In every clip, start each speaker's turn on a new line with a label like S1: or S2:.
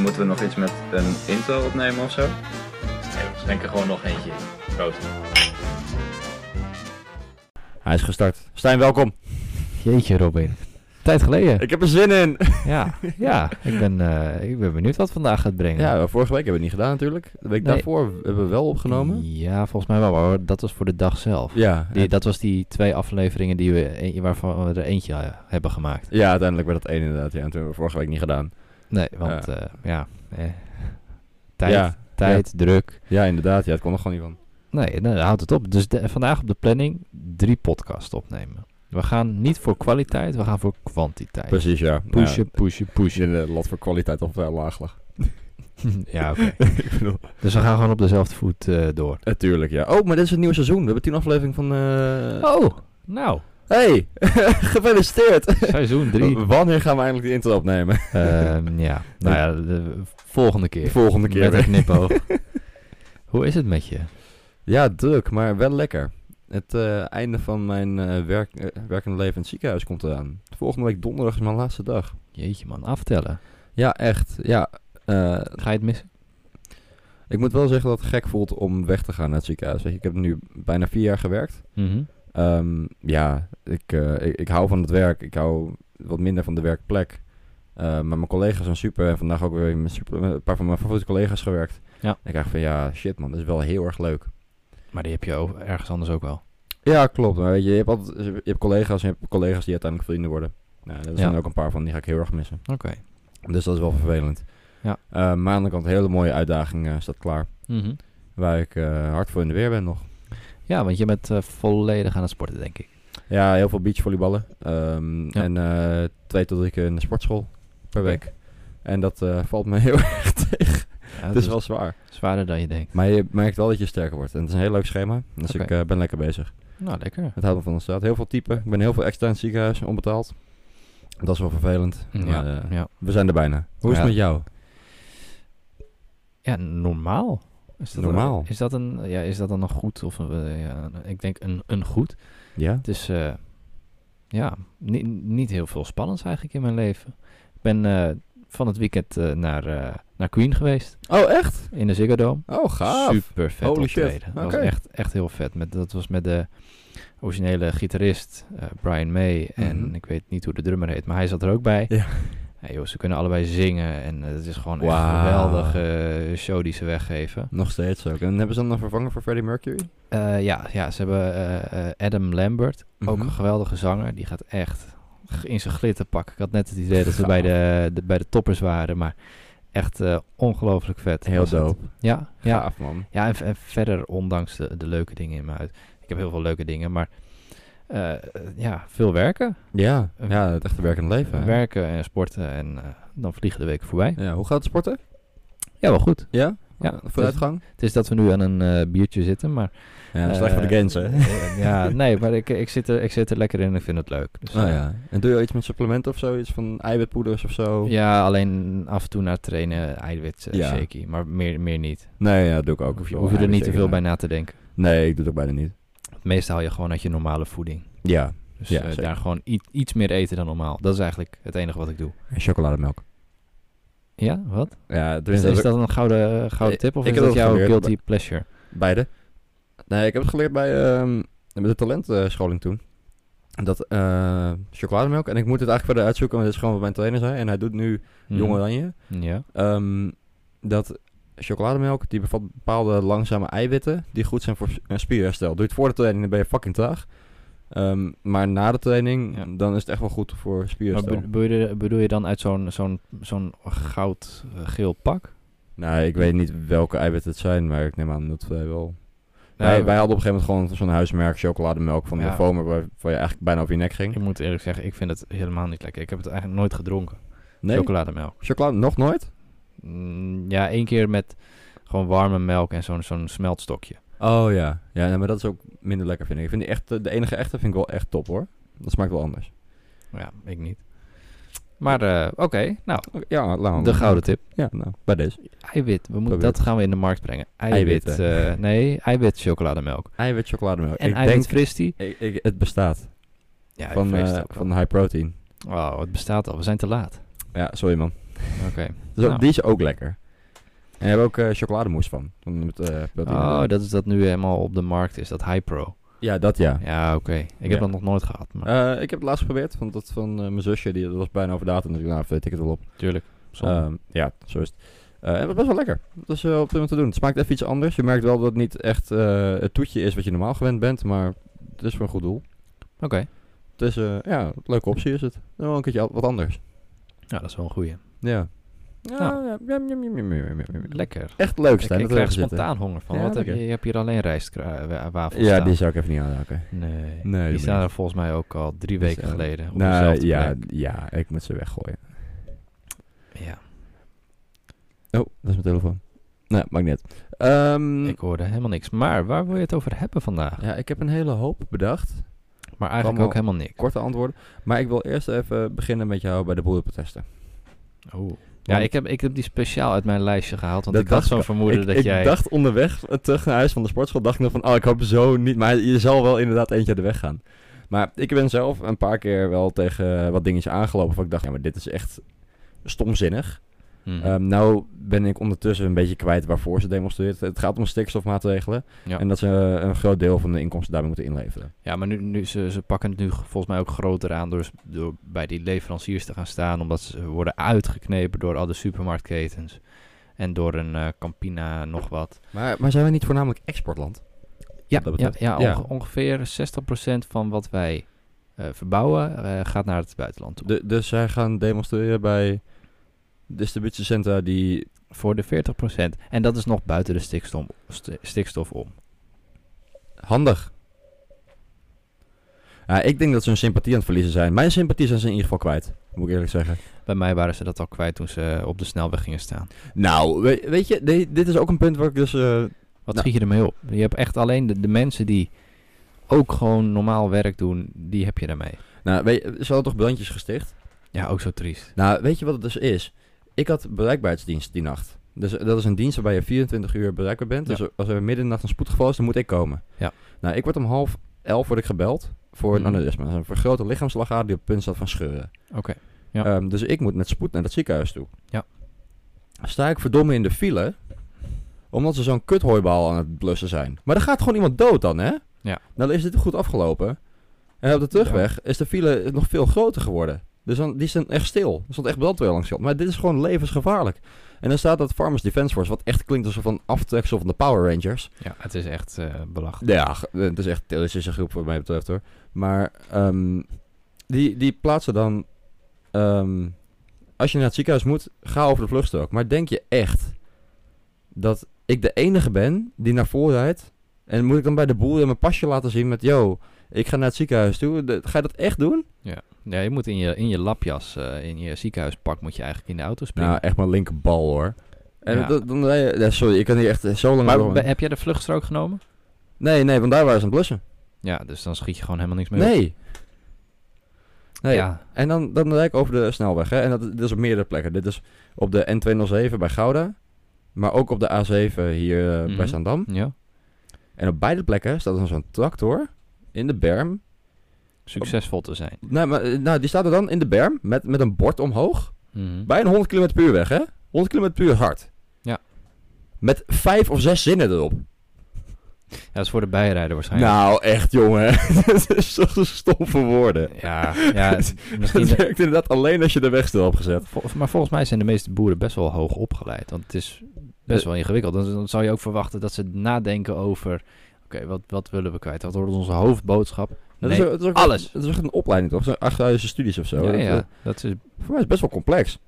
S1: Moeten we nog iets met een intro opnemen of zo?
S2: Nee, we schenken gewoon nog eentje in. Proost.
S3: Hij is gestart. Stijn, welkom.
S4: Jeetje, Robin. Tijd geleden.
S3: Ik heb er zin in.
S4: Ja, ja. Ik ben, eh, ik ben benieuwd wat vandaag gaat brengen.
S3: Ja, vorige week hebben we het niet gedaan natuurlijk. De week
S4: Nee.
S3: daarvoor hebben we wel opgenomen.
S4: Ja, volgens mij wel. Maar hoor, dat was voor de dag zelf.
S3: Ja,
S4: Die,
S3: en-
S4: dat was die twee afleveringen die we, e- waarvan we er eentje eh, hebben gemaakt.
S3: ja, uiteindelijk werd dat één inderdaad. Ja, en toen hebben we vorige week niet gedaan.
S4: Nee, want eh, ja. eh, tijd,
S3: Ja,
S4: tijd, druk.
S3: ja inderdaad. Ja, het kon er gewoon niet van.
S4: Nee, nou, houdt het op. Dus de- vandaag op de planning drie podcasts opnemen. We gaan niet voor kwaliteit, we gaan voor kwantiteit.
S3: Precies, ja.
S4: Pushen, pushen, pushen.
S3: de lat voor kwaliteit of uh, laag lag.
S4: ja, oké.
S3: Ik bedoel,
S4: Dus we gaan gewoon op dezelfde voet eh, door.
S3: natuurlijk, ja. Oh, maar dit is het nieuwe seizoen. We hebben tien aflevering van... eh
S4: Oh, nou.
S3: Hey, gefeliciteerd.
S4: Seizoen drie.
S3: Wanneer gaan we eindelijk die intro opnemen?
S4: Ehm, ja, nou ja, de volgende
S3: De
S4: keer.
S3: volgende keer
S4: Met
S3: weer.
S4: een knipoog. Hoe is het met je?
S3: Ja, druk, maar wel lekker. Het eh, einde van mijn eh, werk, eh, werkende leven in het ziekenhuis komt eraan. Volgende week donderdag is mijn laatste dag.
S4: Jeetje man, aftellen.
S3: Ja, echt. Ja, eh,
S4: Ga je het missen?
S3: ik moet wel zeggen dat het gek voelt om weg te gaan naar het ziekenhuis. Weet je, ik heb nu bijna vier jaar gewerkt.
S4: Mhm.
S3: Ehm, ja, ik, eh, ik, ik hou van het werk. Ik hou wat minder van de werkplek. Eh, maar mijn collega's zijn super. En vandaag ook weer met super, met een paar van mijn favoriete collega's gewerkt.
S4: Ja.
S3: En ik dacht van ja, shit man, dat is wel heel erg leuk.
S4: Maar die heb je over- ergens anders ook wel.
S3: Ja, klopt. Maar weet je, je hebt altijd je hebt collega's en je hebt collega's die uiteindelijk vrienden worden. Nou, er zijn
S4: Ja.
S3: er ook een paar van, die ga ik heel erg missen.
S4: Oké.
S3: Dus dat is wel vervelend.
S4: Ja.
S3: Eh, maar aan de andere kant, een hele mooie uitdaging eh, staat klaar. Waar ik eh, hard voor in de weer ben nog.
S4: Ja, want je bent eh, volledig aan het sporten, denk ik.
S3: Ja, heel veel beachvolleyballen. Ehm,
S4: Ja.
S3: En eh, twee tot drie keer in de sportschool per week. En dat eh, valt me heel erg.
S4: Ja, dus
S3: Het is wel zwaar.
S4: zwaarder dan je denkt.
S3: Maar je merkt wel dat je sterker wordt. En het is een heel leuk schema. Dus
S4: Oké.
S3: ik eh, ben lekker bezig.
S4: Nou, lekker.
S3: Het houdt me van de straat. Heel veel typen. Ik ben heel veel extra in het ziekenhuis, onbetaald. Dat is wel vervelend. Maar, eh,
S4: ja.
S3: We zijn er bijna. Hoe is het
S4: Ja.
S3: met jou?
S4: ja normaal. Is
S3: Normaal.
S4: Een, is, dat een, ja, is dat dan een goed? Of een, eh, ja, een- ik denk een, een goed.
S3: Ja?
S4: Het is eh, ja, ni- niet heel veel spannends eigenlijk in mijn leven. Ik ben eh, van het weekend eh, naar, eh, naar Queen geweest
S3: Oh, echt?
S4: in de Ziggo Dome.
S3: Oh, gaaf.
S4: Super vet
S3: Holy shit.
S4: optreden. Dat was
S3: Oké.
S4: echt, echt heel vet. Met, dat was met de originele gitarist eh, Brian May. En
S3: Mhm.
S4: ik weet niet hoe de drummer heet, maar hij zat er ook bij.
S3: Ja.
S4: Hey, joh, ze kunnen allebei zingen en eh, het is gewoon echt een
S3: Wauw.
S4: geweldige eh, show die ze weggeven.
S3: Nog steeds ook. En hebben ze hem dan vervangen voor Freddie Mercury?
S4: Eh, ja, ja, ze hebben eh, eh, Adam Lambert.
S3: Mhm.
S4: Ook een geweldige zanger. Die gaat echt g- in zijn glitterpak. Ik had net het idee dat we
S3: Gaaf.
S4: bij de, de- bij de toppers waren. Maar echt eh, ongelooflijk vet.
S3: Heel
S4: was het.
S3: dope.
S4: Ja,
S3: Ja.
S4: ja.
S3: Gaaf, man.
S4: ja en, v- en verder, ondanks de, de leuke dingen in mijn huid. Ik heb heel veel leuke dingen, maar eh, ja, veel werken.
S3: Ja, ja het echte werkende leven. hè?
S4: Werken en sporten en eh, dan vliegen de weken voorbij.
S3: Ja, hoe gaat het sporten?
S4: Ja, wel goed.
S3: Ja?
S4: Ja.
S3: Eh, Vooruitgang?
S4: Het is dat we nu aan een eh, biertje zitten, maar...
S3: Ja,
S4: eh,
S3: slecht voor de gains, hè?
S4: eh, ja, nee, maar ik, ik, zit er, ik zit er lekker in en ik vind het leuk. Dus,
S3: Oh
S4: eh,
S3: ja. En doe je iets met supplementen of zo? Iets van eiwitpoeders of zo?
S4: Ja, alleen af en toe naar trainen, eiwit, eh,
S3: Ja.
S4: shaky. Maar meer, meer niet.
S3: Nee, ja, dat doe ik ook.
S4: Hoef je, hoef je er niet te veel bij na te denken.
S3: Nee, ik doe het ook bijna niet.
S4: Het meeste haal je gewoon uit je normale voeding.
S3: Ja.
S4: Dus
S3: Ja,
S4: eh,
S3: zeker.
S4: daar gewoon i- iets meer eten dan normaal. Dat is eigenlijk het enige wat ik doe.
S3: En chocolademelk.
S4: Ja, wat?
S3: Ja, tenminste,
S4: Is,
S3: dat
S4: Dus is
S3: heb
S4: dat een gouden, gouden
S3: Ik-
S4: tip of
S3: ik
S4: is
S3: heb
S4: dat
S3: dat
S4: jouw
S3: geleerd,
S4: guilty pleasure?
S3: ik- Beide. Nee, ik heb het geleerd bij ehm, de talentscholing toen. Dat eh, chocolademelk. En ik moet het eigenlijk verder uitzoeken, want dit is gewoon wat mijn trainer zei. En hij doet nu
S4: Mhm.
S3: Jong Oranje.
S4: Ja.
S3: Ehm, dat chocolademelk, die bevat bepaalde langzame eiwitten die goed zijn voor s- eh, spierherstel. Doe je het voor de training, dan ben je fucking traag. Ehm, maar na de training,
S4: Ja.
S3: dan is het echt wel goed voor
S4: Maar
S3: spierherstel.
S4: be- bedoel je, bedoel je dan uit zo'n zo'n zo'n goud-geel pak?
S3: nou, ik weet niet welke eiwitten het zijn, maar ik neem aan dat wij wel...
S4: Nou,
S3: wij, wij hadden op een gegeven moment gewoon zo'n huismerk chocolademelk van
S4: Ja.
S3: de Fomer, waarvan je eigenlijk bijna over je nek ging.
S4: Ik moet eerlijk zeggen, ik vind het helemaal niet lekker. Ik heb het eigenlijk nooit gedronken.
S3: Nee?
S4: Chocolademelk.
S3: Chocolade? Nog nooit?
S4: Mm, Ja, één keer met gewoon warme melk en zo'n zo'n smeltstokje.
S3: Oh ja. Ja, nee, maar dat is ook minder lekker, vind ik. Ik vind die echte, de enige echte vind ik wel echt top, hoor. Dat smaakt wel anders.
S4: Ja, ik niet. Maar eh, oké, nou,
S3: Oké, Ja, laat
S4: de gouden tip.
S3: Ja, nou, bij deze.
S4: Eiwit, we moeten,
S3: Probeer.
S4: dat gaan we in de markt brengen. Eiwit,
S3: Eiwitten.
S4: eh, nee, eiwit chocolademelk.
S3: Eiwit chocolademelk.
S4: En
S3: ik
S4: eiwit
S3: denk,
S4: fristie.
S3: ik, ik- het bestaat
S4: Ja,
S3: van,
S4: ik vrees
S3: eh,
S4: het ook wel.
S3: van high protein.
S4: Oh, het bestaat al, we zijn te laat.
S3: Ja, sorry man.
S4: Oké.
S3: Dus ook-
S4: Nou.
S3: die is ook lekker. En we hebben ook eh chocolademousse van. van met, eh, proteïne.
S4: Oh, dat is dat nu helemaal op de markt is, dat Hypro.
S3: Ja, dat ja.
S4: Ja, oké. Ik heb
S3: Ja.
S4: dat nog nooit gehad, maar
S3: Eh, ik heb het laatst geprobeerd, want dat van eh, mijn zusje, die dat was bijna over datum. Dus ik dacht, nou, weet ik het wel op.
S4: tuurlijk. zonde.
S3: Ehm, ja, zo is het. Eh, en het was best wel lekker. Dat is eh, op dit moment te doen. Het smaakt even iets anders. Je merkt wel dat het niet echt eh, het toetje is wat je normaal gewend bent, maar het is voor een goed doel.
S4: Oké.
S3: Het is, eh, ja, een leuke optie is het. En Wel een keertje al- wat anders.
S4: Nou, dat is wel een goeie.
S3: Ja. Ja,
S4: Nou.
S3: ja, ja, ja, ja, ja, ja, ja, ja.
S4: Lekker.
S3: Echt leuk,
S4: Ik,
S3: Stijn.
S4: ik
S3: dat we
S4: krijg
S3: er zitten.
S4: spontaan honger van.
S3: Ja,
S4: Wat heb je,
S3: lekker.
S4: je hebt hier alleen rijstwafels
S3: Ja, die zou ik even niet aanraken.
S4: Nee,
S3: die doe
S4: die
S3: ik
S4: staan
S3: niet.
S4: er volgens mij ook al
S3: Die
S4: drie weken
S3: staan-
S4: geleden op
S3: Nou,
S4: dezelfde
S3: ja,
S4: plek.
S3: ja, ik moet ze weggooien.
S4: Ja,
S3: Oh, dat is mijn telefoon. Nou, maakt niet uit. Ehm,
S4: ik hoorde helemaal niks. Maar waar wil je het over hebben vandaag?
S3: ja, ik heb een hele hoop bedacht.
S4: Maar eigenlijk
S3: Allemaal-
S4: ook helemaal niks.
S3: Korte antwoorden. Maar ik wil eerst even beginnen met jou bij de boerenprotesten.
S4: Oh. Ja,
S3: Want-
S4: ik heb, ik heb die speciaal uit mijn lijstje gehaald, want
S3: Dat
S4: ik had
S3: dacht
S4: zo'n
S3: ik
S4: vermoeden
S3: ik
S4: dat
S3: ik
S4: jij...
S3: dacht onderweg eh, terug naar huis van de sportschool, dacht ik nog van, oh, ik hoop zo niet. Maar je zal wel inderdaad eentje uit de weg gaan. Maar ik ben zelf een paar keer wel tegen eh, wat dingetjes aangelopen. Van ik dacht, ja, maar dit is echt stomzinnig.
S4: Mhm.
S3: Ehm, nou ben ik ondertussen een beetje kwijt waarvoor ze demonstreert. Het gaat om stikstofmaatregelen.
S4: Ja.
S3: En dat ze eh, een groot deel van de inkomsten daarbij moeten inleveren.
S4: Ja, maar nu, nu, ze, ze pakken het nu g- volgens mij ook groter aan door, s- door bij die leveranciers te gaan staan. Omdat ze worden uitgeknepen door al de supermarktketens. En door een eh, Campina nog wat.
S3: Maar, maar zijn we niet voornamelijk exportland?
S4: Ja,
S3: dat
S4: ja,
S3: betreft.
S4: ja,
S3: Ja.
S4: onge- ongeveer 60% van wat wij eh, verbouwen eh, gaat naar het buitenland toe.
S3: De- dus zij gaan demonstreren bij distributiecentra die
S4: Voor de 40%. En dat is nog buiten de stikstof, st- stikstof om.
S3: Handig. Ja, ik denk dat ze hun sympathie aan het verliezen zijn. Mijn sympathie zijn ze in ieder geval kwijt, moet ik eerlijk zeggen.
S4: Bij mij waren ze dat al kwijt toen ze op de snelweg gingen staan.
S3: Nou, we- weet je, de- dit is ook een punt waar ik dus... eh,
S4: Wat
S3: Nou.
S4: schiet je ermee op? Je hebt echt alleen de, de mensen die ook gewoon normaal werk doen, die heb je daarmee.
S3: nou, weet, je, ze hadden toch brandjes gesticht?
S4: Ja, ook zo triest.
S3: Nou, weet je wat het dus is? Ik had bereikbaarheidsdienst die nacht. Dus eh, dat is een dienst waarbij je 24 uur bereikbaar bent.
S4: Ja.
S3: Dus als er midden in de nacht een spoedgeval is, dan moet ik komen.
S4: Ja.
S3: Nou, ik word om half elf word ik gebeld voor een
S4: Mhm.
S3: aneurysma. Dat is een vergrote lichaamslagader die op het punt staat van scheuren.
S4: Oké. Ja.
S3: Ehm, dus ik moet met spoed naar dat ziekenhuis toe.
S4: Ja.
S3: Sta ik verdomme in de file, omdat ze zo'n kuthooibaal aan het blussen zijn. Maar dan gaat gewoon iemand dood dan, hè?
S4: Ja.
S3: Nou, dan is dit goed afgelopen. En op de terugweg is de file nog veel groter geworden. Dus dan, die zijn echt stil. Er stond echt brandweer langs de kant. Maar dit is gewoon levensgevaarlijk. En dan staat dat Farmers Defense Force, wat echt klinkt alsof een aftreksel van de Power Rangers.
S4: Ja, het is echt eh belachelijk.
S3: Ja, g- het is echt het is een groep wat mij betreft hoor. Maar ehm, die, die plaatsen dan... ehm, als je naar het ziekenhuis moet, ga over de vluchtstrook. Maar denk je echt dat ik de enige ben die naar voren rijdt? En moet ik dan bij de boer in mijn pasje laten zien met... Yo, ik ga naar het ziekenhuis toe. De- ga je dat echt doen?
S4: Ja, je moet in je, in je lapjas, eh, in je ziekenhuispak, moet je eigenlijk in de auto springen.
S3: Nou, echt mijn linkerbal hoor. En
S4: Ja.
S3: dat- dan rij je... ja, sorry, ik kan hier echt zo lang
S4: maar
S3: door.
S4: be- heb jij de vluchtstrook genomen?
S3: Nee, nee, want daar waren ze aan het blussen.
S4: Ja, dus dan schiet je gewoon helemaal niks meer op.
S3: Nee. Nee,
S4: Ja,
S3: En dan, dan rijd ik over de snelweg. Hè? En dat, dit is op meerdere plekken. Dit is op de N207 bij Gouda. Maar ook op de A7 hier eh,
S4: Mhm.
S3: bij Zaandam.
S4: ja.
S3: En op beide plekken staat dan zo'n tractor in de berm.
S4: succesvol te zijn.
S3: Nou, maar, eh, nou, die staat er dan in de berm met, met een bord omhoog.
S4: Mhm.
S3: Bijna 100 km per uur weg, hè? 100 km per uur hard.
S4: Ja. Ah,
S3: Met vijf of zes zinnen erop.
S4: Ja, dat is voor de bijrijder waarschijnlijk.
S3: Nou, echt, jongen. dat is toch zo stom voor woorden.
S4: Ja, ja misschien...
S3: Het werkt inderdaad alleen als je de weg stil hebt gezet.
S4: vol- maar volgens mij zijn de meeste boeren best wel hoog opgeleid. Want het is best
S3: Eh.
S4: wel ingewikkeld. Dan, dan zou je ook verwachten dat ze nadenken over... Oké, wat, wat willen we kwijt? Wat wordt onze hoofdboodschap?
S3: Dat
S4: Nee,
S3: is, ook- dat is ook,
S4: alles.
S3: Dat is echt een opleiding, toch? Zo'n achthuizen studies of zo.
S4: ja,
S3: Dat, eh,
S4: ja, dat is
S3: Voor mij is het best wel complex.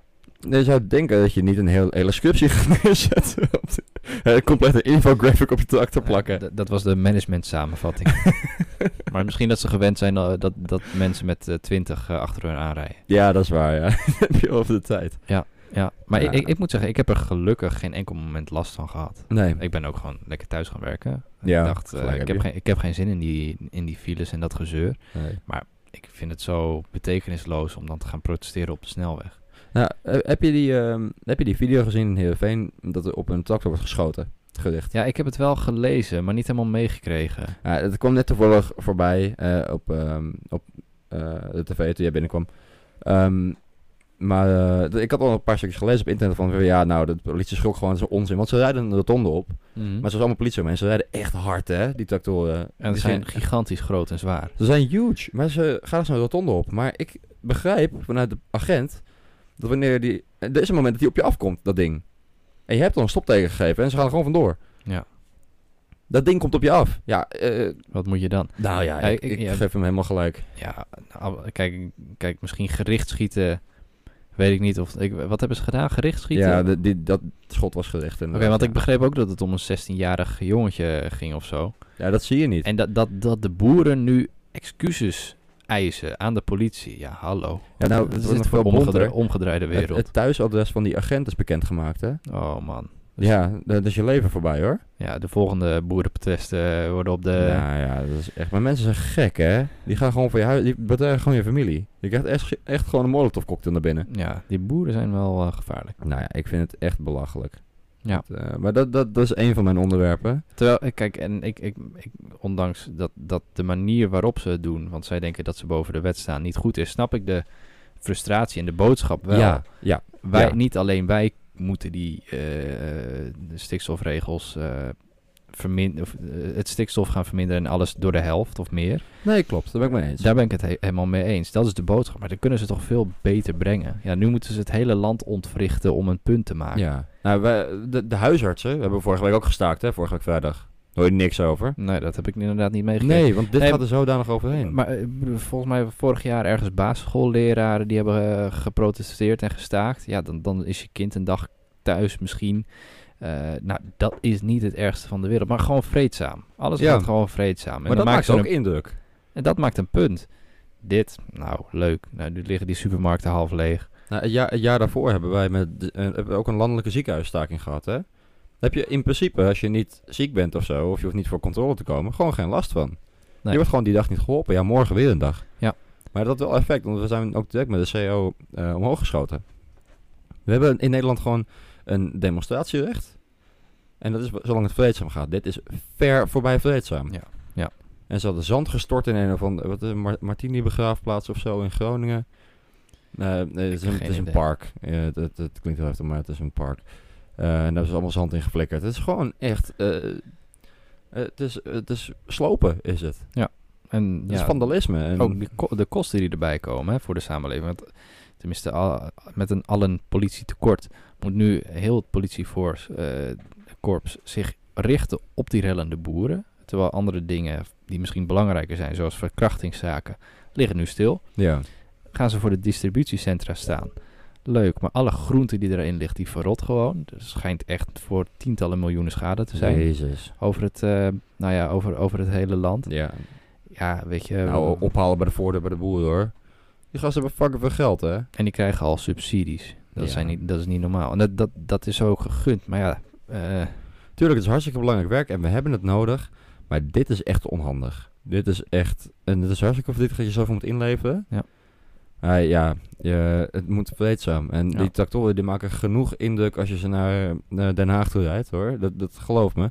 S3: Je zou denken dat je niet een heel, hele scriptie gaat neerzetten. Op de, eh, complete infographic op je tractor plakken.
S4: Ja, d- dat was de management samenvatting. maar misschien dat ze gewend zijn eh, dat, dat mensen met eh, twintig achter hun aanrijden.
S3: Ja, dat is waar, ja. Dat heb je over de tijd.
S4: Ja, maar
S3: Ja.
S4: Ik, ik, ik moet zeggen, ik heb er gelukkig geen enkel moment last van gehad.
S3: Nee.
S4: Ik ben ook gewoon lekker thuis gaan werken.
S3: Ja,
S4: ik dacht, eh,
S3: gelijk
S4: ik,
S3: heb
S4: heb
S3: je.
S4: geen, ik heb geen zin in die, in die files en dat gezeur.
S3: nee.
S4: Ik vind het zo betekenisloos om dan te gaan protesteren op de snelweg.
S3: Nou, eh, heb je, die, ehm, heb je die video gezien in Heerenveen dat er op een tractor wordt geschoten? Gericht.
S4: Ja, ik heb het wel gelezen, maar niet helemaal meegekregen.
S3: Ja, het kwam net toevallig voorbij eh, op, ehm, op eh, de tv toen jij binnenkwam. Ehm, Maar eh, d- ik had al een paar stukjes gelezen op internet van ja, nou, de politie schrok gewoon zo onzin. Want ze rijden een rotonde op.
S4: Mhm.
S3: Maar ze was allemaal politie en ze rijden echt hard, hè, die tractoren.
S4: en
S3: Die
S4: ze zijn gigantisch groot en zwaar.
S3: Ze zijn huge, maar ze gaan zo'n rotonde op. Maar ik begrijp vanuit de agent dat wanneer die... Er is een moment dat die op je afkomt, dat ding. En je hebt al een stopteken gegeven en ze gaan er gewoon vandoor.
S4: Ja.
S3: Dat ding komt op je af. Ja, eh,
S4: Wat moet je dan?
S3: nou ja,
S4: Ja,
S3: ik,
S4: ik-
S3: ik
S4: ja.
S3: geef hem helemaal gelijk.
S4: Ja, nou, kijk, kijk, misschien gericht schieten. Weet ik niet of. Ik, wat hebben ze gedaan? Gericht schieten?
S3: Ja,
S4: Oké,
S3: de- die, dat schot was gericht. Oké,
S4: want ik begreep ook dat het om een 16-jarig jongetje ging of zo.
S3: Ja, dat zie je niet.
S4: En dat, dat, dat de boeren nu excuses eisen aan de politie. Ja, hallo.
S3: Ja, nou,
S4: Wat
S3: het
S4: is
S3: is nog
S4: dit voor
S3: veel
S4: omgedra-
S3: bonter.
S4: omgedraaide
S3: het,
S4: wereld?
S3: het thuisadres van die agent is bekendgemaakt, hè?
S4: oh man.
S3: Ja, dat is je leven voorbij, hoor.
S4: Ja, de volgende boerenprotesten eh, worden op de...
S3: Nou ja, dat is echt... Maar mensen zijn gek, hè? Die gaan gewoon voor je huis... Die bedreigen gewoon je familie. Je krijgt echt, echt gewoon een molotov cocktail naar binnen.
S4: Ja, die boeren zijn wel eh, gevaarlijk.
S3: Nou ja, ik vind het echt belachelijk.
S4: Ja.
S3: Dat, eh, maar dat, dat, dat is een van mijn onderwerpen.
S4: Terwijl, eh, kijk, en ik, ik, ik ondanks dat, dat de manier waarop ze het doen, want zij denken dat ze boven de wet staan, niet goed is, snap ik de frustratie en de boodschap wel.
S3: Ja, ja.
S4: wij,
S3: ja.
S4: Niet alleen wij moeten die eh, eh, de stikstofregels eh, vermin- of, eh, het stikstof gaan verminderen en alles door de helft of meer.
S3: Nee, klopt. Daar ben ik mee eens.
S4: Daar ben ik het he- helemaal mee eens. Dat is de boodschap. Maar dan kunnen ze toch veel beter brengen. Ja, nu moeten ze het hele land ontwrichten om een punt te maken.
S3: Ja. Nou, wij, de, de huisartsen we hebben vorige week ook gestaakt, hè? Vorige week vrijdag. Hoor je niks over?
S4: Nee, dat heb ik inderdaad niet meegekregen.
S3: Nee, want dit
S4: Nee,
S3: gaat er zodanig overheen.
S4: Maar eh, ik bedoel, volgens mij vorig jaar ergens basisschoolleraren die hebben eh, geprotesteerd en gestaakt. Ja, dan, dan is je kind een dag thuis misschien. Eh, nou, dat is niet het ergste van de wereld. Maar gewoon vreedzaam. Alles
S3: Ja.
S4: gaat gewoon vreedzaam. En
S3: Maar dat
S4: dan maken
S3: maakt
S4: ze
S3: ook
S4: een-
S3: indruk.
S4: en dat maakt een punt. Dit, nou leuk. Nou, nu liggen die supermarkten half leeg.
S3: Nou, het, jaar, het jaar daarvoor hebben wij met, de- eh, hebben we ook een landelijke ziekenhuisstaking gehad. Hè? Daar heb je in principe, als je niet ziek bent of zo, of je hoeft niet voor controle te komen, gewoon geen last van. Je wordt gewoon die dag niet geholpen. Ja, morgen weer een dag.
S4: Ja.
S3: Maar dat had wel effect, want we zijn ook direct met de CO eh, omhoog geschoten. We hebben in Nederland gewoon een demonstratierecht. En dat is wa- zolang het vreedzaam gaat. Dit is ver voorbij vreedzaam.
S4: Ja, ja.
S3: En ze hadden zand gestort in een of andere wat, een Mar- Martini-begraafplaats of zo in Groningen. Eh, nee, het, is
S4: heb
S3: een, het
S4: geen
S3: is een
S4: idee.
S3: park. Eh, Het het- het klinkt heel heftig, maar het is een park. Eh, en daar hebben ze allemaal zand in geflikkerd. Het is gewoon echt... eh, eh, het, is, het is slopen, is het.
S4: En,
S3: Dat is
S4: ja,
S3: vandalisme. En
S4: Ook de, ko- de kosten die erbij komen hè, voor de samenleving. Want, tenminste, al- met een allen politietekort moet nu heel het politiekorps korps zich richten op die rellende boeren. Terwijl andere dingen die misschien belangrijker zijn, zoals verkrachtingszaken, liggen nu stil.
S3: ja.
S4: Gaan ze voor de distributiecentra staan. Leuk, maar alle groente die erin ligt, die verrot gewoon. Dus het schijnt echt voor tientallen miljoenen schade te zijn.
S3: Jezus.
S4: Over, het, eh, nou ja, over, over het hele land.
S3: Ja.
S4: Ja, Ehm. weet je.
S3: Nou, ophalen bij de voordeur bij de boer hoor. Die gasten hebben fucking veel geld, hè?
S4: En die krijgen al subsidies. Dat,
S3: Ja.
S4: zijn niet, dat is niet normaal. En dat, dat, dat is ook gegund. Maar ja, eh,
S3: Tuurlijk, het is hartstikke belangrijk werk en we hebben het nodig. Maar dit is echt onhandig. Dit is echt... En het is hartstikke verdrietig dat je zoveel moet inleveren.
S4: Ja.
S3: Maar ja, je, het moet vreedzaam. En
S4: Ja.
S3: die tractoren die maken genoeg indruk als je ze naar, eh, naar Den Haag toe rijdt, hoor. Dat, dat geloof me.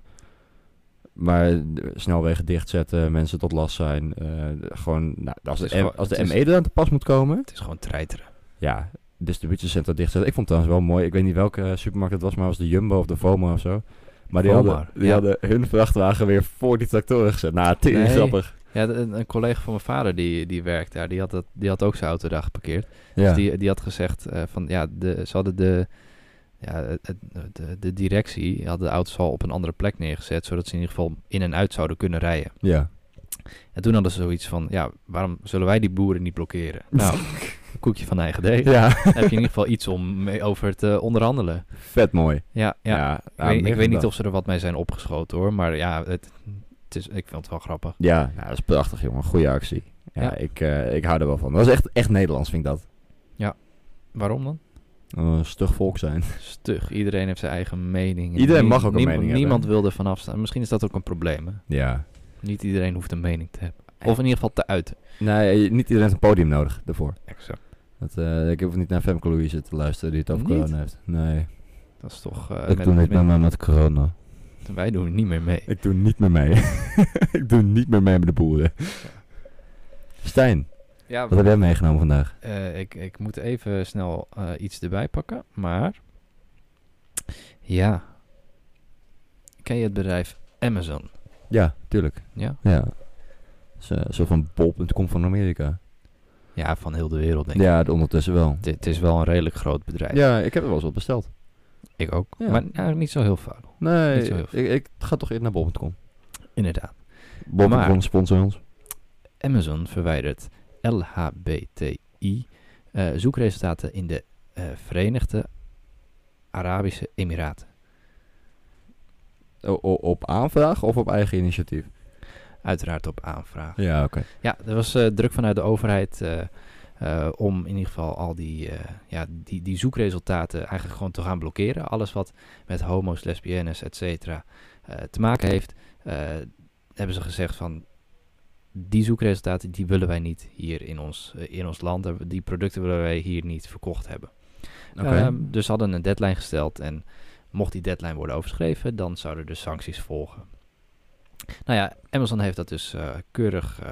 S3: Maar eh, snelwegen dichtzetten, mensen tot last zijn. eh, gewoon, nou, als de,
S4: Het is gewoon-
S3: M- als de
S4: het is-
S3: ME er aan te pas moet komen...
S4: het is gewoon treiteren.
S3: ja, distributiecentra dichtzetten. Ik vond het trouwens wel mooi. Ik weet niet welke eh, supermarkt het was, maar het was de Jumbo of de Voma of zo. Maar die,
S4: Vomar,
S3: hadden, die
S4: ja.
S3: hadden hun vrachtwagen weer voor die tractoren gezet. Nou, het is
S4: Nee.
S3: grappig.
S4: Ja, de- een, een collega van mijn vader die, die werkt daar, die had, dat, die had ook zijn auto daar geparkeerd.
S3: Ja.
S4: Dus die, die had gezegd eh, van ja, de, ze hadden de, ja, het- het- de, de directie had de auto's al op een andere plek neergezet, zodat ze in ieder geval in en uit zouden kunnen rijden.
S3: ja.
S4: En toen hadden ze zoiets van ja, waarom zullen wij die boeren niet blokkeren? Nou, een koekje van eigen deeg.
S3: Ja.
S4: Dan heb je in ieder geval iets om mee over te onderhandelen.
S3: Vet mooi.
S4: Ja, ja.
S3: nou,
S4: ik weet,
S3: meer
S4: ik weet niet
S3: dan
S4: of ze er wat mee zijn opgeschoten hoor, maar ja, het, het is, ik vind het wel grappig.
S3: dat. Ja, nou, dat is prachtig, jongen. Goeie actie. Ja,
S4: Ja.
S3: Ik, eh, ik hou er wel van. Dat is echt, echt Nederlands, vind ik dat.
S4: Waarom dan?
S3: Oh, stug volk zijn.
S4: Stug. Iedereen heeft zijn eigen mening.
S3: Iedereen
S4: Nie-
S3: mag ook een
S4: niemand-
S3: mening
S4: Niemand wil er vanaf staan. Misschien is dat ook een probleem. Hè?
S3: Ja.
S4: Niet iedereen hoeft een mening te hebben. Of in ieder geval te uiten.
S3: Nee, niet iedereen heeft een podium nodig daarvoor.
S4: Exact.
S3: Dat, eh, ik hoef niet naar Femke Louise te luisteren die het over
S4: Niet?
S3: corona heeft. Nee,
S4: Dat is toch... eh,
S3: ik
S4: met-
S3: doe niet
S4: met-
S3: met, met, met corona.
S4: Wij doen niet meer mee.
S3: Ik doe niet meer mee. ik doe niet meer mee met de boeren. Stijn,
S4: Ja,
S3: Wat heb jij meegenomen vandaag?
S4: eh, ik, ik moet even snel eh, iets erbij pakken, maar... Ja. Ken je het bedrijf Amazon?
S3: Ja, tuurlijk.
S4: Ja?
S3: Ja. Het is, eh, Een soort van bol.com van Amerika.
S4: Ja, van heel de wereld denk ik.
S3: Ja, ondertussen wel.
S4: Het, het is wel een redelijk groot bedrijf.
S3: Ja, ik heb er wel eens wat besteld.
S4: Ik ook.
S3: Ja.
S4: Maar nou, niet zo heel vaak.
S3: Nee,
S4: Niet zo heel
S3: ik,
S4: veel.
S3: ik ga toch eerst naar bol.com.
S4: Inderdaad.
S3: Bol.com
S4: Maar-
S3: sponsor ons.
S4: Amazon verwijdert LHBTI eh, zoekresultaten in de eh, Verenigde Arabische Emiraten.
S3: O- o- op aanvraag of op eigen initiatief?
S4: Uiteraard op aanvraag.
S3: Ja, oké.
S4: Ja, er was eh, druk vanuit de overheid eh, eh, om in ieder geval al die, eh, ja, die, die zoekresultaten eigenlijk gewoon te gaan blokkeren. Alles wat met homo's, lesbiennes, et cetera eh, te maken heeft, eh, hebben ze gezegd van die zoekresultaten die willen wij niet hier in ons, eh, in ons land. hebben- Die producten willen wij hier niet verkocht hebben.
S3: Oké.
S4: Ehm, dus ze hadden een deadline gesteld en mocht die deadline worden overschreven, dan zouden dus sancties volgen. Nou ja, Amazon heeft dat dus eh, keurig eh,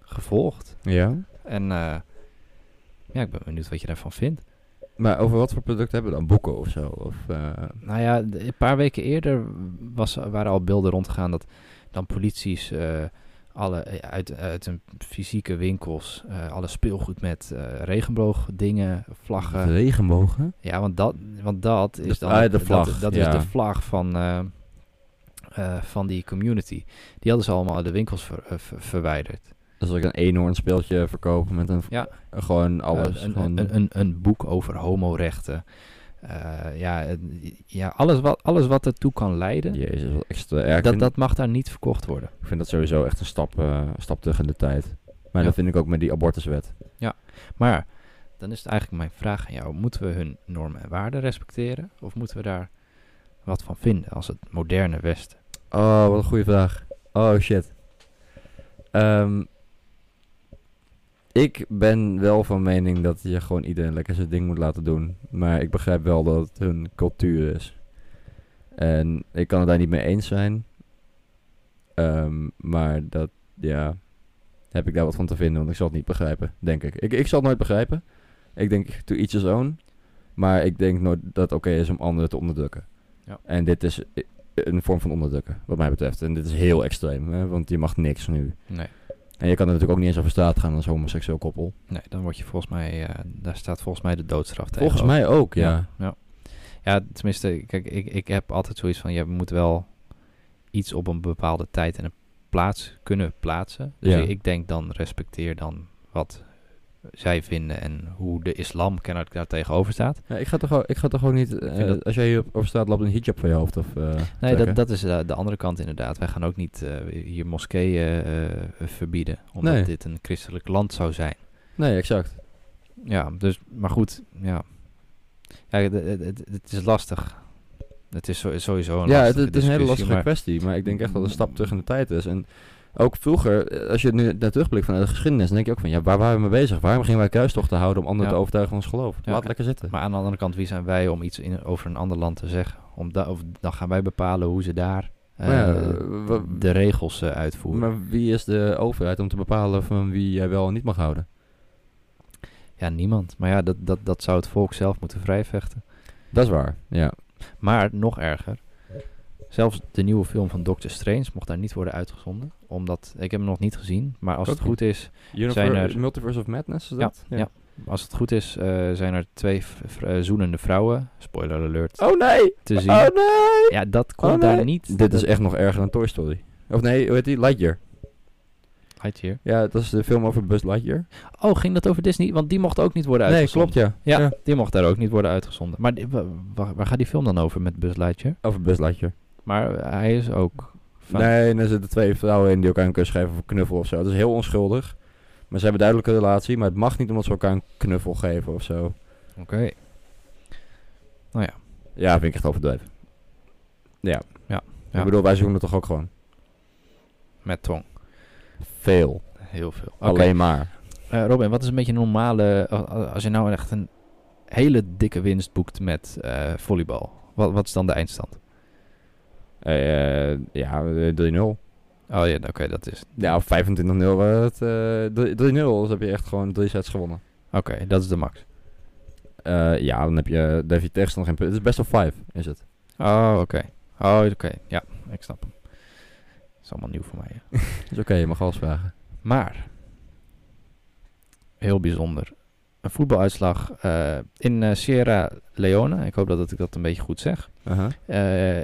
S4: gevolgd.
S3: Ja.
S4: En eh, ja, ik ben benieuwd wat je daarvan vindt.
S3: Maar over wat voor producten hebben we dan? Boeken of zo? Of, eh,
S4: Nou ja, d- een paar weken eerder was, waren al beelden rondgegaan dat dan polities eh, alle, eh, uit, uit hun fysieke winkels eh, alle speelgoed met eh, regenboogdingen, vlaggen,
S3: regenbogen?
S4: Ja, want dat, want dat is
S3: De-
S4: dan
S3: ah, de
S4: dat-
S3: vlag,
S4: Dat, is
S3: ja.
S4: de vlag van, eh, eh, van die community. Die hadden ze allemaal uit de winkels ver- eh, ver- verwijderd.
S3: Dat is ook Dus een eenhoornspeeltje verkopen met een...
S4: Ja.
S3: Gewoon alles.
S4: Eh, een,
S3: gewoon-
S4: een, een, een boek over homorechten. Eh, ja, eh, ja alles, wat, alles wat ertoe kan leiden,
S3: Jezus, wat extra erg.
S4: dat, dat mag daar niet verkocht worden.
S3: Ik vind dat sowieso echt een stap, eh, stap tegen de tijd. Maar
S4: Ja.
S3: dat vind ik ook met die abortuswet.
S4: Maar dan is het eigenlijk mijn vraag aan jou. Moeten we hun normen en waarden respecteren? Of moeten we daar wat van vinden als het moderne Westen?
S3: Oh, wat een goede vraag. Oh shit. Ehm, ik ben wel van mening dat je gewoon iedereen lekker zijn ding moet laten doen. Maar ik begrijp wel dat het hun cultuur is. En ik kan het daar niet mee eens zijn. Ehm, maar dat, ja, heb ik daar wat van te vinden, want ik zal het niet begrijpen, denk ik. Ik, ik zal het nooit begrijpen. Ik denk, to each his own. Maar ik denk nooit dat het oké is om anderen te onderdrukken.
S4: Ja.
S3: En dit is i- een vorm van onderdrukken, wat mij betreft. En dit is heel extreem, hè, want je mag niks nu.
S4: Nee.
S3: En je kan er natuurlijk ook niet eens over straat gaan als homoseksueel koppel.
S4: Nee, dan word je volgens mij, eh, daar staat volgens mij de doodstraf tegen.
S3: Volgens mij ook, ja.
S4: ja. Ja, tenminste, kijk, ik, ik heb altijd zoiets van, je moet wel iets op een bepaalde tijd en een plaats kunnen plaatsen. Dus
S3: Ja.
S4: ik, ik denk dan respecteer dan wat zij vinden en hoe de islam kennelijk daar tegenover staat.
S3: Ja, ik, ga toch, ook- ik ga toch ook niet... eh,
S4: vind dat-
S3: Als jij hier op, op straat loopt, een hijab van je hoofd of... eh,
S4: Nee,
S3: trekken.
S4: dat, dat is eh, de andere kant inderdaad. Wij gaan ook niet eh, hier moskeeën eh, eh, verbieden, omdat
S3: Nee.
S4: dit een christelijk land zou zijn.
S3: Nee, exact.
S4: Ja, dus, maar goed, ja. ja het, het, het- het is lastig. Het is zo- sowieso een
S3: ja, het,
S4: lastige
S3: het is een hele
S4: discussie,
S3: lastige
S4: maar-
S3: kwestie, maar ik denk echt dat het een stap terug in de tijd is. En ook vroeger, eh, als je nu naar terugblikt vanuit de geschiedenis, dan denk je ook van, ja, waar waren we mee bezig? Waarom gingen wij kruistochten houden om anderen
S4: Ja.
S3: te overtuigen van ons geloof?
S4: Ja.
S3: Laat lekker zitten.
S4: Maar aan de andere kant, wie zijn wij om iets in, over een ander land te zeggen? Om da- of dan gaan wij bepalen hoe ze daar eh,
S3: Maar ja, eh, wa-
S4: de regels eh, uitvoeren.
S3: maar wie is de overheid om te bepalen van wie jij wel en niet mag houden?
S4: Ja, niemand. Maar ja, dat, dat, dat zou het volk zelf moeten vrijvechten.
S3: Dat is waar, ja.
S4: Maar nog erger, zelfs de nieuwe film van Doctor Strange mocht daar niet worden uitgezonden. Omdat, ik heb hem nog niet gezien, maar als
S3: Ook
S4: het goed is,
S3: Universe,
S4: Zijn er-
S3: Multiverse of Madness, is
S4: Ja,
S3: dat?
S4: ja. als het goed is eh, zijn er twee v- v- eh, zoenende vrouwen, spoiler alert,
S3: Oh nee!
S4: te zien.
S3: Oh nee!
S4: Ja, dat komt
S3: Oh, nee.
S4: daar niet.
S3: Dit is echt nog erger dan Toy Story. Of nee, hoe heet die? Lightyear.
S4: Lightyear.
S3: Ja, dat is de film over Buzz Lightyear.
S4: Oh, ging dat over Disney? Want die mocht ook niet worden
S3: Nee,
S4: uitgezonden.
S3: klopt ja.
S4: Ja, die mocht daar ook niet worden uitgezonden. Maar die- wa- waar, waar gaat die film dan over met Buzz Lightyear?
S3: Over Buzz Lightyear.
S4: Maar eh, hij is ook van...
S3: Nee, en er zitten twee vrouwen in die elkaar een kus geven of een knuffel of zo. Dat is heel onschuldig. Maar ze hebben duidelijk een relatie, maar het mag niet omdat ze elkaar een knuffel geven of zo.
S4: Oké.
S3: Ja, vind ik echt overdreven. Ja.
S4: Ja, ja.
S3: Ik bedoel, wij zoeken het toch ook gewoon?
S4: Met tong.
S3: Veel.
S4: Heel veel. Oké.
S3: Alleen maar.
S4: Eh, Robin, wat is een beetje een normale... a- a- Als je nou echt een hele dikke winst boekt met eh, volleybal. Wat, wat is dan de eindstand?
S3: Eh, eh, ja, eh, 3-0.
S4: Oh ja, oké, dat is.
S3: Ja, 25-0, eh, het, eh, drie- 3-0, dus heb je echt gewoon drie sets gewonnen.
S4: Oké, dat is de max.
S3: Eh, ja, dan heb je, dan heeft je tegenstander geen punt. Het is best wel 5, is het.
S4: Oh, oké. Oh, oké. Ja, ik snap hem. is allemaal nieuw voor mij. ja.
S3: Is oké, je mag alles vragen.
S4: Maar, heel bijzonder. Een voetbaluitslag eh, in eh, Sierra Leone, ik hoop dat ik dat een beetje goed zeg,
S3: Aha.
S4: eh,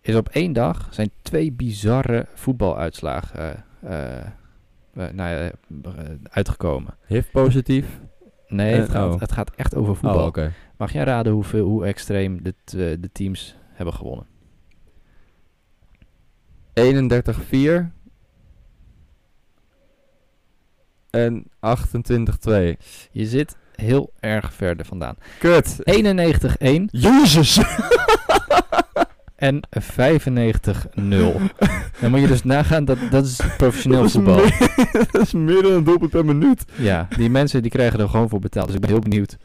S4: is op één dag zijn twee bizarre voetbaluitslagen eh, eh, eh, nou ja, eh, uitgekomen.
S3: HIV positief.
S4: Nee,
S3: Eh,
S4: het, gaat,
S3: oh.
S4: het gaat echt over voetbal.
S3: Oh, oké.
S4: Mag jij raden hoeveel, hoe extreem de, t- eh, de teams hebben gewonnen?
S3: 31-4. En 28-2.
S4: Je zit heel erg verder vandaan.
S3: Kut.
S4: 91-1
S3: Jezus!
S4: en 95-0. Dan moet je dus nagaan, dat, dat is professioneel
S3: Dat is
S4: voetbal.
S3: meer- dat is meer dan een doelpunt per minuut.
S4: Ja, die mensen die krijgen er gewoon voor betaald. Dus ik ben heel benieuwd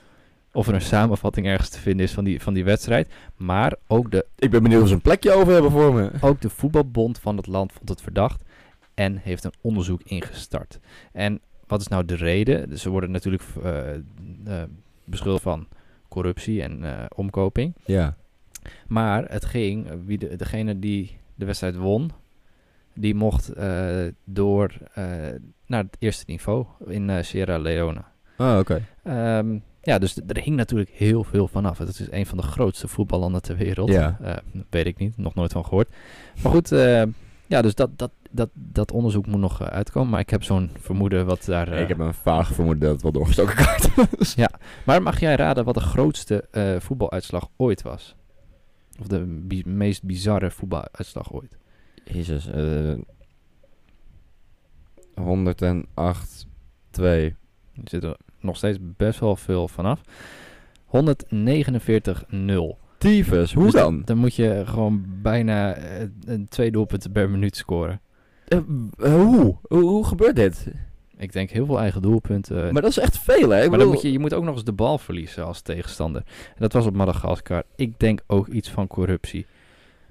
S4: of er een samenvatting ergens te vinden is van die, van die wedstrijd. Maar ook de,
S3: Ik ben benieuwd of ze een plekje over hebben voor me.
S4: ook de voetbalbond van het land vond het verdacht en heeft een onderzoek ingestart. En wat is nou de reden? Dus Ze worden natuurlijk eh, eh, beschuldigd van corruptie en eh, omkoping.
S3: Ja.
S4: Maar het ging, eh, wie de, degene die de wedstrijd won, die mocht eh, door eh, naar het eerste niveau in eh, Sierra Leone.
S3: Oh, oké.
S4: Ehm, ja, dus d- er hing natuurlijk heel veel vanaf. Het is een van de grootste voetballanden ter wereld.
S3: Ja.
S4: Eh, weet ik niet, nog nooit van gehoord. Maar goed, eh, ja, dus dat, dat, dat, dat onderzoek moet nog eh, uitkomen. Maar ik heb zo'n vermoeden wat daar... eh,
S3: Ik heb een vaag vermoeden dat het wel doorgestoken kaart was.
S4: Maar mag jij raden wat de grootste eh, voetbaluitslag ooit was? Of de bi- meest bizarre voetbaluitslag ooit?
S3: Jezus. eh 108, 2.
S4: Er zit er nog steeds best wel veel vanaf. 149-0.
S3: Tyfus, hoe
S4: Dus
S3: dan?
S4: Dan moet je gewoon bijna eh, een twee doelpunten per minuut scoren.
S3: Eh, eh, hoe? hoe? Hoe gebeurt dit?
S4: Ik denk heel veel eigen doelpunten. Maar,
S3: Eh. Maar dat is echt veel, hè? Ik
S4: dan
S3: bedoel-
S4: moet je, je moet ook nog eens de bal verliezen als tegenstander. En dat was op Madagaskar. Ik denk ook iets van corruptie.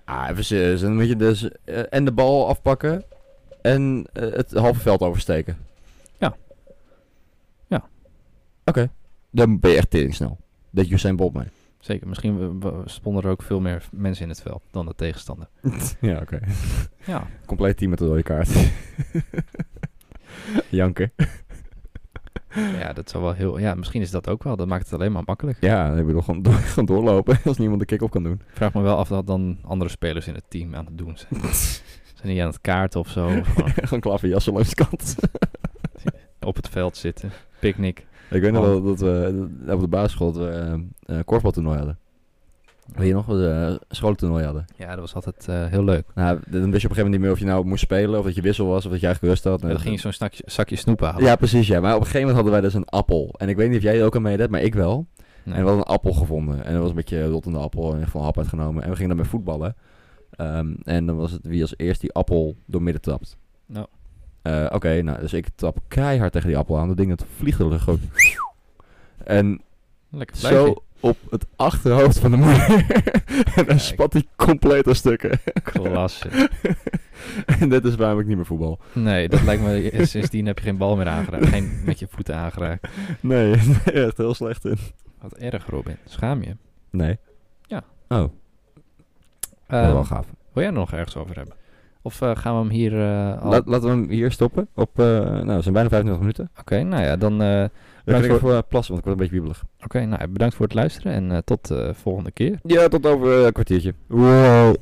S3: Ah, even serieus. Dan moet je dus eh, en de bal afpakken en eh, het halve veld oversteken.
S4: Ja. Ja.
S3: Oké. Dan ben je echt tering snel. Dat Usain Bolt mee.
S4: Zeker, misschien w- w- stonden er ook veel meer mensen in het veld dan de tegenstander.
S3: ja, oké.
S4: Ja,
S3: Compleet team met een rode kaart. Janken.
S4: ja dat zou wel heel... Ja, misschien is dat ook wel. Dat maakt het alleen maar makkelijk.
S3: Ja, ik bedoel, gewoon, door, gewoon doorlopen als niemand de kick-off kan doen.
S4: Vraag me wel af dat dan andere spelers in het team aan het doen zijn. zijn die aan het kaarten of zo? Of gewoon
S3: gewoon klaverjassen langs de kant.
S4: op het veld zitten. Picknick.
S3: Ik weet nog
S4: Oh.
S3: wel dat we eh, op de basisschool dat we eh, eh, korfbaltoernooi hadden. Weet je nog, dat we eh, scholentoernooi hadden.
S4: Ja, dat was altijd eh, heel leuk.
S3: Nou, d- dan wist je op een gegeven moment niet meer of je nou moest spelen, of dat je wissel was, of dat je eigenlijk rust had.
S4: En dan ging je zo'n snakje- zakje snoep halen.
S3: Ja, precies, ja. Maar op een gegeven moment hadden wij dus een appel. En ik weet niet of jij er ook aan meedeed, maar ik wel.
S4: Nee.
S3: En we hadden een appel gevonden. En dat was een beetje rottende appel en van hap uitgenomen. En we gingen daarmee voetballen. Ehm, en dan was het wie als eerst die appel door midden trapt.
S4: Nou.
S3: Eh, Oké, nou, dus ik trap keihard tegen die appel aan. Dat ding dat vliegt er gewoon. En
S4: Lekker blijf
S3: zo op het achterhoofd van de moeder. en dan
S4: Kijk.
S3: spat hij compleet aan stukken.
S4: Klasse.
S3: en dat is waarom ik niet meer voetbal.
S4: Nee, dat lijkt me... Sindsdien heb je geen bal meer aangeraakt. Geen met je voeten aangeraakt.
S3: Nee, nee, echt heel slecht in.
S4: Wat erg, Robin. Schaam je.
S3: Nee.
S4: Ja.
S3: Oh, dat is
S4: Ehm,
S3: wel gaaf.
S4: wil jij er nog ergens over hebben? Of eh, gaan we hem hier eh, al...
S3: Laat- laten we hem hier stoppen. Op, eh, nou, we zijn bijna 25 minuten.
S4: Oké, nou ja, dan... eh,
S3: Dan ga ik
S4: voor-
S3: even eh, plassen, want ik word een beetje wiebelig.
S4: Oké, nou, bedankt voor het luisteren en eh, tot de eh, volgende keer.
S3: Ja, tot over een kwartiertje. Wow.